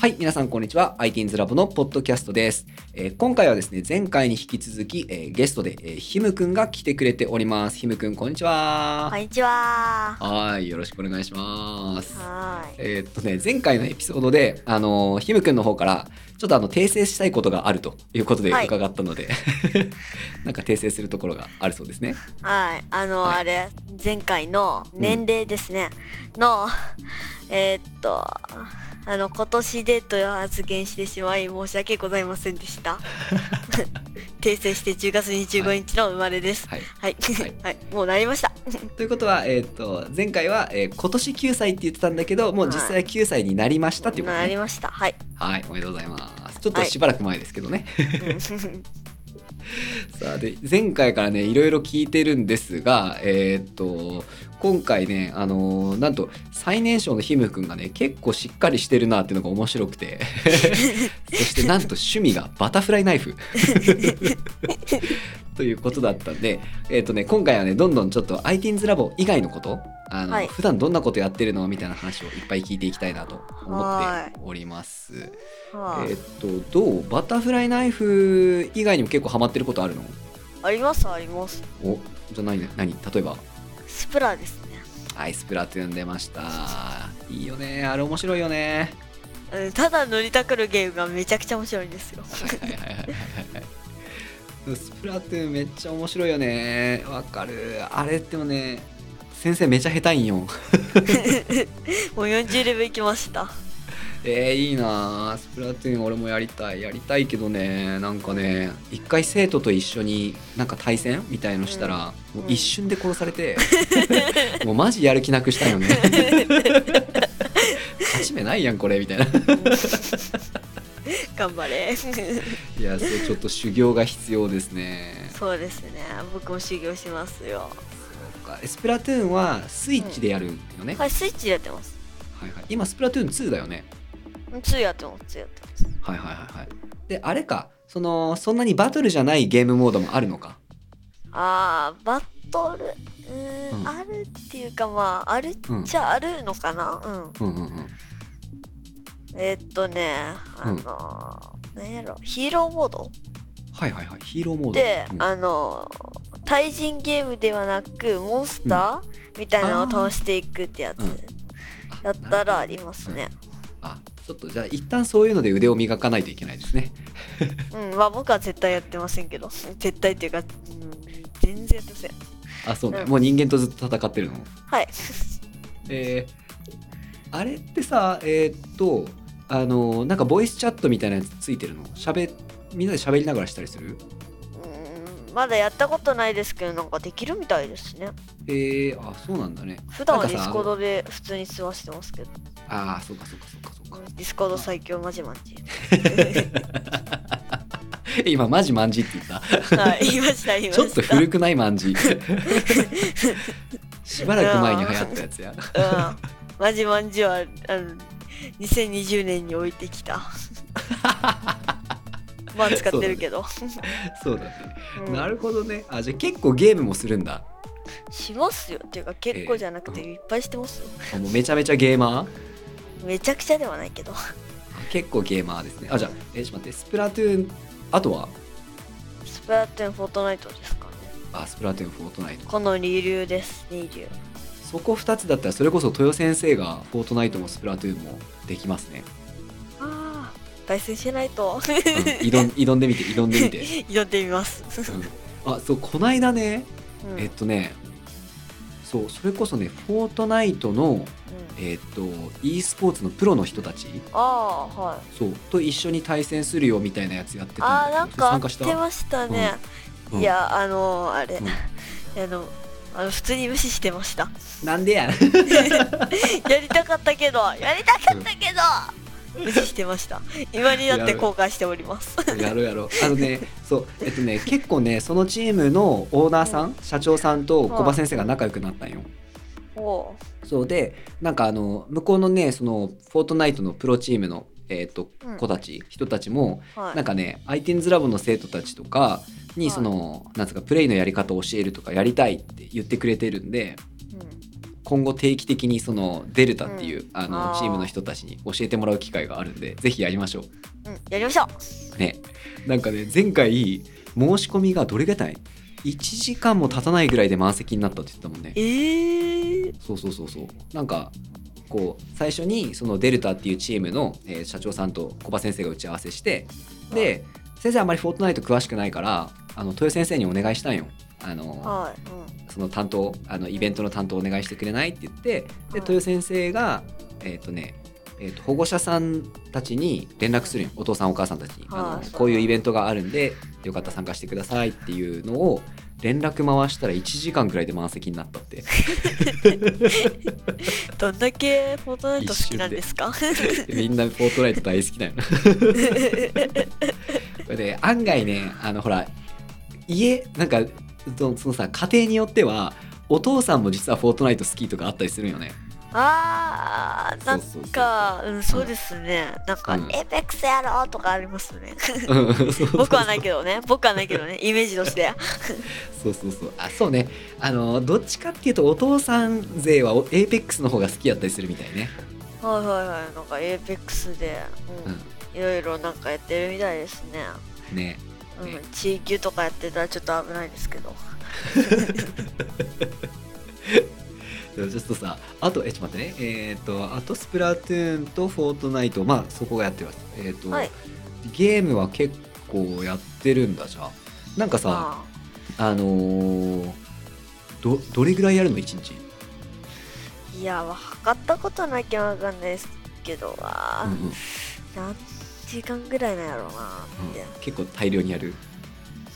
はい、皆さんこんにちは。ITINS ラボのポッドキャストです。えー今回はですね、前回に引き続き、えーゲストで、えーひむくんが来てくれております。ひむくん、こんにちは。こんにちは。はーい、よろしくお願いします。はーい。えーっとね、前回のエピソードで、あのーひむくんの方から、ちょっとあの、訂正したいことがあるということではい伺ったので、 なんか訂正するところがあるそうですね。はい。あの、はいあれ、前回の年齢ですね。の、えーっと、あの、今年でという発言してしまい、申し訳ございません でした。訂正して10月25日の生まれです。はい。はい。は はいい、もうなりました。ということは、えーっと、前回は、えー今年9歳って言ってたんだけど、もう実際は9歳になりましたっていうことなねり。ました。 はい。はい、おめでとうございます。ちょっとしばらく前ですけどね。 うさあで前回からねいろいろ聞いてるんですが、えーっと今回ねあのーなんと最年少のひむくんがね結構しっかりしてるなっていうのが面白く てそしてなんと趣味がバタフライナイフ ということだったんで、えーっとね、今回はねどんどんちょっと ITINS ラボ以外のことあの、はい普段どんなことやってるのみたいな話をいっぱい聞いていきたいなと思っております。んはえいっとどうバタフライナイフ以外にも結構ハマってることあるのあります、あります。おじゃあ何何例えばスプラですね。アイスプラトゥーン出ましたいいよねあれ面白いよねうんただ塗りたくるゲームがめちゃくちゃ面白いんです よ。はいはいはいはいはいスプラトゥーンめっちゃ面白いよねわかるあれでもね先生めちゃ下手いんよもう40レベル行きました。 えー、いいなスプラトゥーン俺もやりたいやりたいけどねなんかね一回生徒と一緒になんか対戦みたいのしたら、うんもう一瞬で殺されて、 もうマジやる気なくしたよ ね勝ち目ないやんこれみたいな頑張れいやそれちょっと修行が必要ですねそうですね僕も修行しますよそうかスプラトゥーンはスイッチでやるよね、はいスイッチでやってますはいはい、今スプラトゥーン2だよね2やってます2やってますはいはいはいはいであれかそのそんなにバトルじゃないゲームモードもあるのかあーバトルうーん、うんあるっていうかまああるっちゃあるのかなうん、うんうんうんえーっとねあのーなんやろヒーローモードはいはいはいヒーローモードで、うんあのー対人ゲームではなくモンスター、みたいなのを倒していくってやつあーうんやったらありますね、あちょっとじゃあ一旦そういうので腕を磨かないといけないですねうん、まあ僕は絶対やってませんけど、絶対っていうか、うん、全然やってません。あそうね、うんもう人間とずっと戦ってるのはい。えー、あれってさえーっとあのなんかボイスチャットみたいなやつついてるの喋みんなで喋りながらしたりするうん、まだやったことないですけど、なんかできるみたいですね。えー、あそうなんだね普段はなんデかィさスコードで普通に過ごしてますけど、ああそうかそうかそうかそうかうんディスコード最強マジマ ジ。え今マジマンジって言ったはい、言いました、言いまちょっしとた。古くないマン ジしばらく前に流行ったやつやうん、マジマンジは、あの、2020年に置いて きた。まあ使ってるけど。そうだね、うんなるほどねあじゃあ結構ゲームもするんだしますよ。っていうか結構じゃなくてえいっぱいしてますよ。あもうめちゃめちゃゲーマーめちゃくちゃではないけど。あ結構ゲーマーですねあじゃあえちょっと待ってスプラトゥーンあとはスプラトゥーン、フォートナイトですかね。あスプラトゥーンフォートナイトこの二流です、二流。そこ2つだったらそれこそ豊先生がフォートナイトもスプラトゥーンもできますね、ああ。対戦しないと。う ん、挑ん挑んでみて挑んでみて、挑んでみます。うん、あそうこないだねうんえっとねそうそれこそねフォートナイトのうんえっと e スポーツのプロの人たちああ、はい。そうと一緒に対戦するよみたいなやつやってあたあ、だなけんどか、参加し出たましたね。うんいや、あのー、あれ。うん あの、あの普通に無視してました。 なん でややりたかったけど、やりたかったけど。無視してました。今になって後悔してお ります。やろうやろうあのねそうえっとね結構ねそのチームのオーナーさん、社長さんと小葉先生が仲良くなったんよ、おう。そうでなんかあの向こうのねそのフォートナイトのプロチームの、えー、とうん子たち、人たちもはい。なんかね ITINS ラボの生徒たちとかはにいその、なんつうかプレイのやり方を教えるとかやりたいって言ってくれてるんでうん今今後定期的にそのデルタっていう、あのあーチームの人たちに教えてもらう機会があるんでぜひやりましょう。うん、やりましょう。ね、なんかね前回申し込みがどれぐらい1時間も経たないぐらいで満席になったって言ってたもんねえー、そうそうそうそうなんかこう最初にそのデルタっていうチームの、えー社長さんと小葉先生が打ち合わせしてで先生あんまりフォートナイト詳しくないからあの豊先生にお願いしたんよあのはい、うん、その担当あのイベントの担当お願いしてくれないって言ってでい豊先生がえっ、とねえーと保護者さんたちに連絡するんよお父さんお母さんたちに、あはいのこういうイベントがあるんでよかったら参加してくださいっていうのを連絡回したら1時間くらいで満席になったってどんだけフォートナイト好きなんですか。みんなフォートナイト大好きなの。これ で案外ねあのほら家なんかそそのさ家庭によってはお父さんも実はフォートナイト好きとかあったりするよ ね。あーなんそうそうかうんそうですねなんか、うんエイペックスやろうとかあります ねそう僕はないけどね僕はないけどねイメージとしてそうそうそうあそうねあのどっちかっていうとお父さん勢はエイペックスの方が好きだったりするみたいね。はいはいはいなんかエイペックスで、うんいろいろなんかやってるみたいですね、うん、ねうねん、地域とかやってたらちょっと危ないですけどでもちょっとさあとえちょっと待ってねえっ、とあとスプラトゥーンとフォートナイトまあそこがやってます。えっ、と、はいゲームは結構やってるんだじゃあなんかさ、まああのーどどれぐらいやるの1日、いや測ったことなきゃわかんないですけどは、うんうんうん何時間ぐらいなんやろうなって、結構大量にやる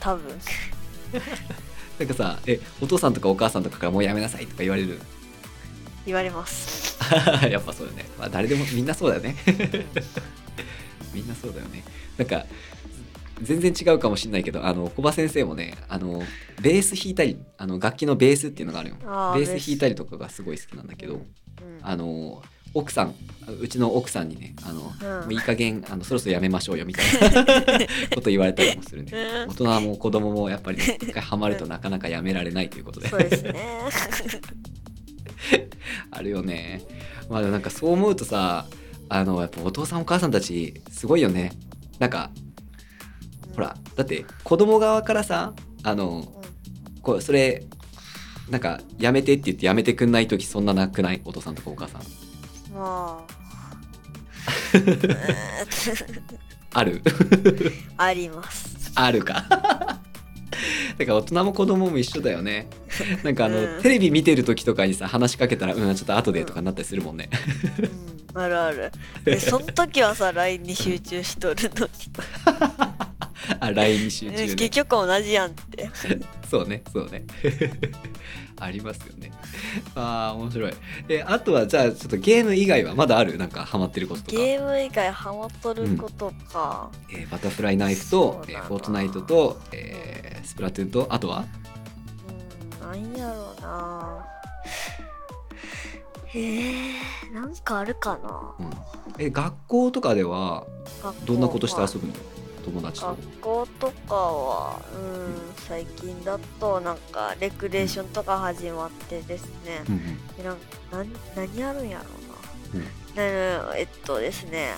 多分なんかさえお父さんとかお母さんとかからもうやめなさいとか言われる 言われますやっぱそうだよね、まあ、誰でもみんなそうだよね みんなそうだよねなんか全然違うかもしれないけどあの小葉先生もねあのベース弾いたりあの楽器のベースっていうのがあるよあベース弾いたりりとかがすごい好きなんだけど、うんあの奥さんうちの奥さんにねあの、うんもういい加減あのそろそろやめましょうよみたい なこと言われたりもするんでうん大人も子供もやっぱりね一回ハマるとなかなかやめられないということでそうですね。 あるよねまあでもなんかそう思うとさあのやっぱお父さんお母さんたちすごいよねなんかほらだって子供側からさあのこうそれなんかやめてって言ってやめてくんない時そんななくないお父さんとかお母さんう ん。まあ。あるあります。あるか。 だから大人も子供も一緒だよ ね。なんかあの、うんテレビ見てる時とかにさ話しかけたら「うんちょっと後で」とかなったりするもんね。うん、あるある。で、その時はさ、LINE に集中しとるの あ LINE に集に。中結ね。局同じやんって。そうねそうね。 ありますよね。ああ面白い。えあとはじゃあちょっとゲーム以外はまだあるなんかハマってることとか。えゲーム以外ハマっとることか。ーバタフライナイフと、えそうだーなフォートナイトと、えースプラトゥーンとあとはうん、なんやろうな。へえ、なんかあるかな。え学校とかでは学校どんなことしては遊ぶの友達と学。校とかは、うん、最近だとなんかレクレーションとか始まってですね、うんうんでなんなん何やるんやろううんな、なえっとですね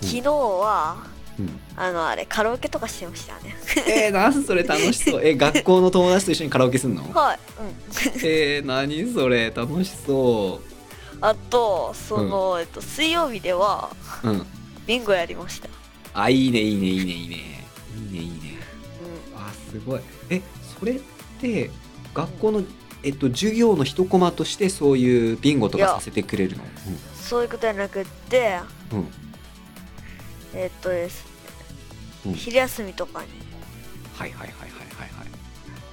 うん昨日は、うんあのあれカラオケとかしてましたねえー、なんそれ楽しそう。え、学校の友達と一緒にカラオケすんのはい、えー、何それ楽しそうん、あとその、えっと、水曜日ではう。うん。ビンゴやりました、あ、いいね、いいね、いいね、いいね。いいね、いいね。うあ、すごい。え、それって、学校の、えっと、授業の一コマとしてそういうビンゴとかさせてくれるのん、そういうことじゃなくってうん。うん。えっとですねうん昼休みとかに、はいはいはいはい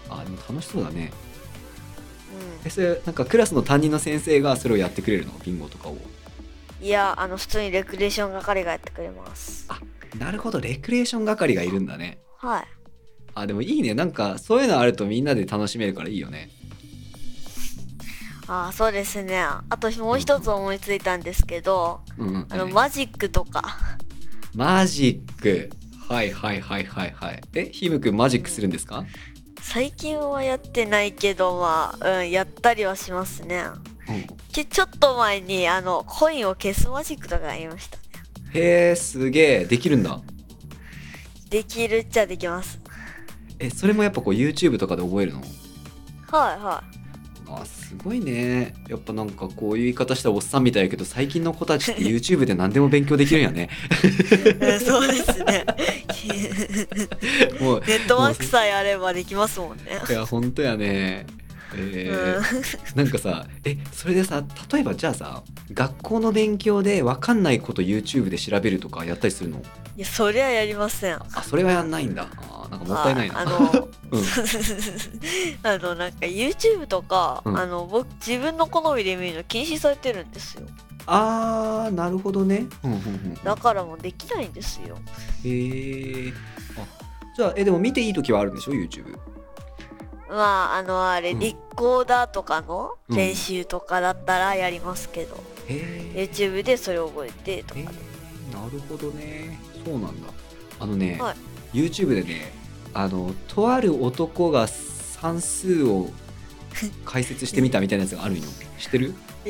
はいはい。あ、でも楽しそうだね。うん、え、それ、なんかクラスの担任の先生がそれをやってくれるのビンゴとかを。いや、あの、普通にレクレーション係がやってくれます。なるほど、レクリエーション係がいるんだね。はい。あ、でもいいね。なんか、そういうのあるとみんなで楽しめるからいいよね。あーそうですね。あと、もう一つ思いついたんですけど、うんうんあの、マジックとか。マジック。はいはいはいはいはい。え、ひむくんマジックするんですか最近はやってないけど、まあ、うん、やったりはしますね。うんちちょっと前にあのコインを消すマジックとかやりましたねへえすげえできるんだできるっちゃできますえそれもやっぱこう YouTube とかで覚えるのはいはいあすごいねやっぱなんかこういう言い方したらおっさんみたいやけど最近の子たちって YouTube で何でも勉強できるんやねうんそうですね もうネットワークさえあればできますもんねいや本当やねえーうんなんかさえそれでさ例えばじゃあさ学校の勉強で分かんないこと YouTube で調べるとかやったりするのいやそりゃやりませんあそれはやんないんだあーなんかもったいないなああ のうん あのなんか YouTube とか、うんあの僕自分の好みで見るの禁止されてるんですよあーなるほどねうんうんうんだからもうできないんですよへえあじゃあえでも見ていい時はあるんでしょ YouTube まああのあれ、うんリコーダーとかのうん練習とかだったらやりますけど、へえ YouTube でそれを覚えてとかえなるほどねそうなんだあのね、は YouTube でねあのとある男が算数を解説してみたみたいなやつがあるんよ知ってるえ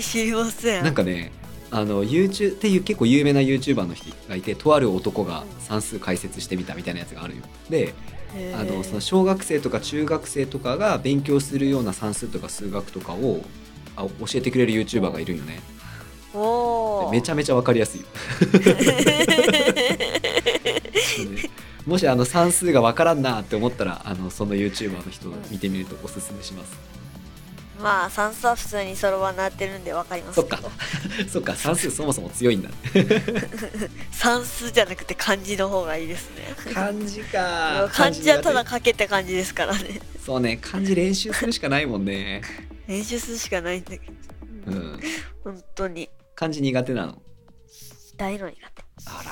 ー、知りませんなんかねあの YouTube っていう結構有名な YouTuber の人がいてとある男が算数解説してみたみたいなやつがあるよでへーあのその小学生とか中学生とかが勉強するような算数とか数学とかをあ教えてくれる YouTuber がいるんよねおでーめちゃめちゃ分かりや すいねもしあの算数がわからんなって思ったらあのその YouTuber の人を見てみるとおすすめします、 まあ算数は普通にそろばんなってるんでわかりますそっけどかそっか算数そもそも強いん だ算数じゃなくて漢字の方がいいですね漢字か漢字はただ漢書けって感じですからね苦手そうね漢字練習するしかないもんね練習するしかないんだけど、うん本当に漢字苦手なの大の苦手あ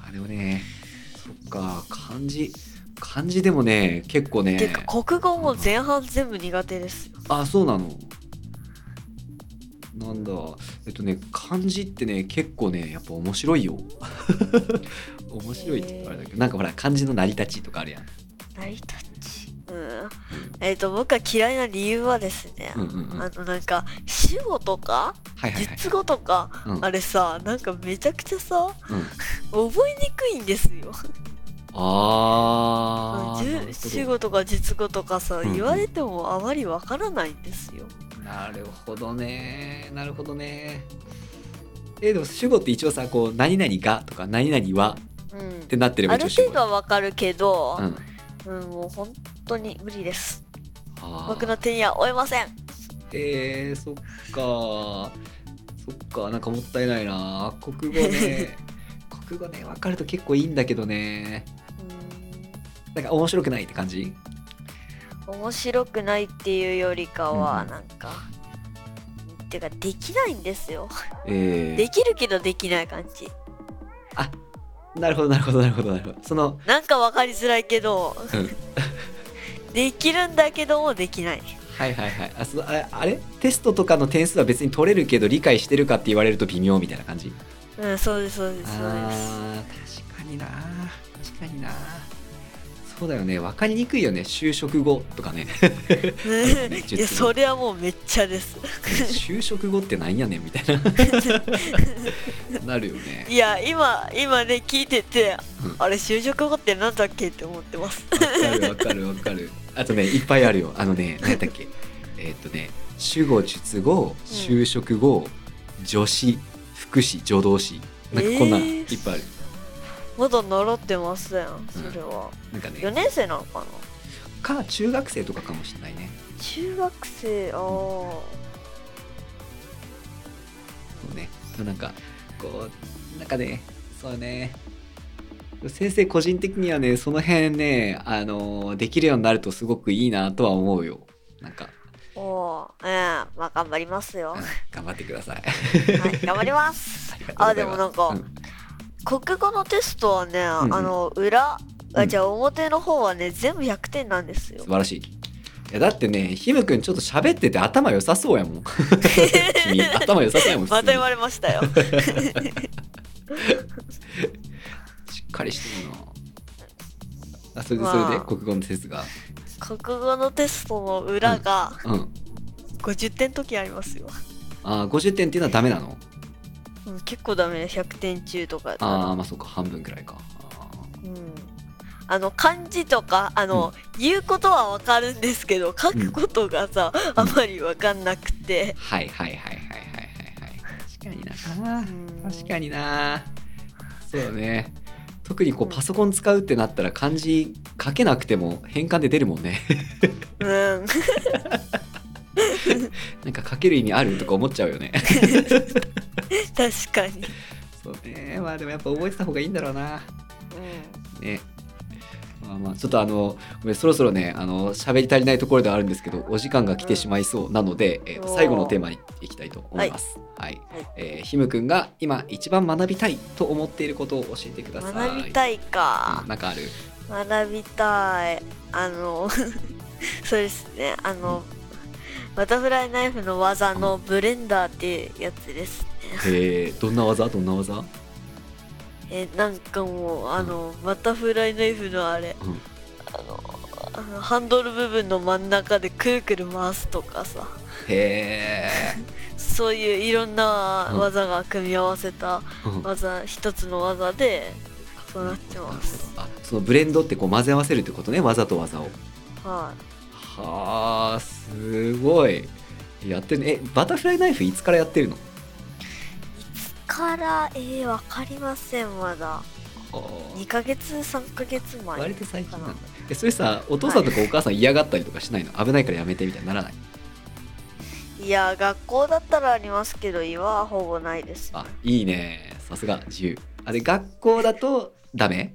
らあでもねそっか漢字漢字でもね結構ねていうか国語も前半全部苦手ですよあそうなのなんだえっとね漢字ってね結構ねやっぱ面白いよ 面白いって言ったらあれだけどなんかほら漢字の成り立ちとかあるやん成り立ちうんえっ、と僕が嫌いな理由はですね、うんうんうんはあいのなんか主語とかはいはい述語とか、うんあれさなんかめちゃくちゃさうん覚えにくいんですよあーじゅ主語とか述語とかさ、んうん言われてもあまりわからないんですよなるほどねなるほどねえでも主語って一応さこう何々がとか何々はうんってなってればあ一る応主程語度はわかるけど、うんうん、もう本当に無理です。あー僕の手には負えません。えー、そっかそっかなんかもったいないな国語 ね国語ね分かると結構いいんだけどねなんか面白くないって感じうん面白くないっていうよりかうは、んなんか、てか、できないんですよ。えできるけどできない感じ。ー、なるほどなるほどなるほどなるほどそのなんかわかりづらいけど、うんできるんだけどもできない。はいはいはいあそのあれあれテストとかの点数は別に取れるけど理解してるかって言われると微妙みたいな感じうん、そうです、そうです、そうです。あー確かにな確かになそうだよね分かりにくいよね就職後とかねうん術 いや、それはもうめっちゃです。就職後ってなんやねんみたい ななるよねいや、今、今ね、聞いてて、うんあれ、就職後ってなんだっけって思ってます。 わかるわかるわかるあとねいっぱいあるよあのね何だっけえーっとね主語述語就職後、助詞副詞助動詞なんかこんなんえいっーぱいある、まだ習ってません、それは。なんか4ね年生なのかなか中学生とかかもしれないね中学生、ああ。そうねでもなんかこうなんかねそうね先生個人的にはねその辺ねあのできるようになるとすごくいいなとは思うよなんかおおー、ええまあ頑張りますよ。うはん頑張ってくださいい、頑張 ります。あ、でもなんか、うん国語のテストはね、んあの、裏、うあんじゃあ表の方はね、全部100点なんですよ素。晴らしい。いやだってね、ひむくんちょっと喋ってて頭良さそうや もん。君、頭良さそうやもん。普通 まにた言われましたよ。しっかりしてるな。あ、それでまそあれで、国語のテストが。国語のテストの裏が、うん。 50点時ありますよ、あー50点っていうのはダメなのうん、結構ダメね100点中とかああまあそうか半分くらいかあうんあの漢字とかあの、言うことはわかるんですけど書くことがさ、あまりわかんなくてー、はいはいはいはいはいはいはい確かになうん確かになそうね特にこうパソコン使うってなったら漢字書けなくても変換で出るもんねうん なんか書ける意味あるとか思っちゃうよね確かに、 そうねまあでもやっぱ覚えてた方がいいんだろうなうねまあまあちょっとあのごめんそろそろねあの喋り足りないところではあるんですけどお時間が来てしまいそうなので、えーとおー最後のテーマにいきたいと思います。はい、はいえーひむくんが今一番学びたいと思っていることを教えてください。ん、学びたいかうん、なんかある。学びたいあの そうですねあのバタフライナイフの技のブレンダーっていうやつですえー、どんな技どんな技？えなんかもうあのバタフライナイフのあれ、うんあのあのハンドル部分の真ん中でくるくる回すとかさへそういういろんなうん技が組み合わせたー。 うん技、一つの技でそうなってます、 あそのブレンドってこう混ぜ合わせるってことね技と技を。はい、はあすごい。やってるねえバタフライナイフいつからやってるの？からえー、わかりませんまだあー2ヶ月3ヶ月前割と最近なんだえそれさお父さんとかお母さん嫌がったりとかしないの、危ないからやめてみたいにならないいや学校だったらありますけど今はほぼないですあいいねさすが自由あで学校だとダメ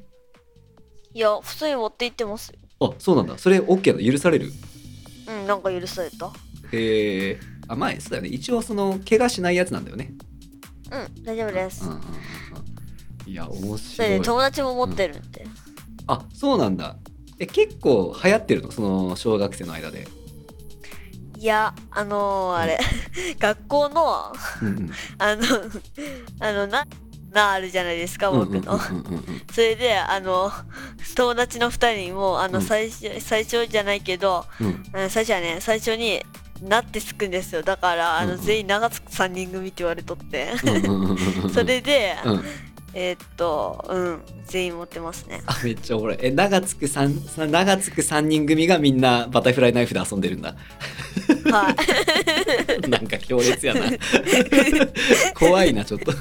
いや普通に持って行ってますよあそうなんだそれ OK なの許されるうんなんか許されたへえあまあそうだよね一応その怪我しないやつなんだよねうん大丈夫です、うんうんうんうんいや面そ白れいで友達も持ってるんで、あそうなんだえ結構流行ってるのその小学生の間で、いやあのー、あれ 学校のうんう ん、あのあのななあるじゃないですか僕の、うんうんうんうんうんそれであの友達の2人にもあうのん最初、最初じゃないけどうんうん最初はね最初に「な」ってつくんですよだからあうのんうん全員長月3人組って言われとってうんうんうんうんうんそれで、うんえーっとうん全員持ってます ねあめっちゃおもろいえ長つく三三長つく三人組がみんなバタフライナイフで遊んで るんだはいなんか強烈やな怖いなちょっと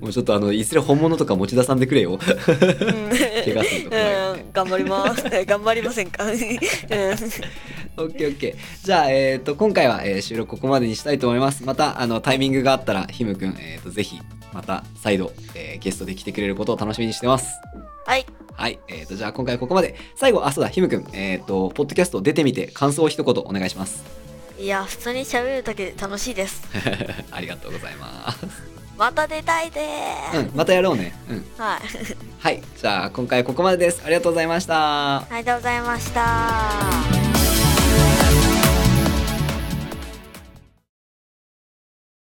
もうちょっとあのいずれ本物とか持ち出さんでくれようん怪我するとこないよねうん頑張ります え頑張りませんか うんオッケーオッケーじゃあ、えー、と今回は、えー収録ここまでにしたいと思いますまたあのタイミングがあったらひむくん、えー、とぜひまた再度、えーゲストで来てくれることを楽しみにしてますはいはい、えー、とじゃあ今回はここまで最後あそうだひむくんえっ、とポッドキャスト出てみて感想を一言お願いします いや普通に喋るだけで楽しいですありがとうございます。また出たいでうん、ーまたやろうね。うん。す、はいはい、じゃあ今回はここまでです。ありがとうございました。ありがとうございました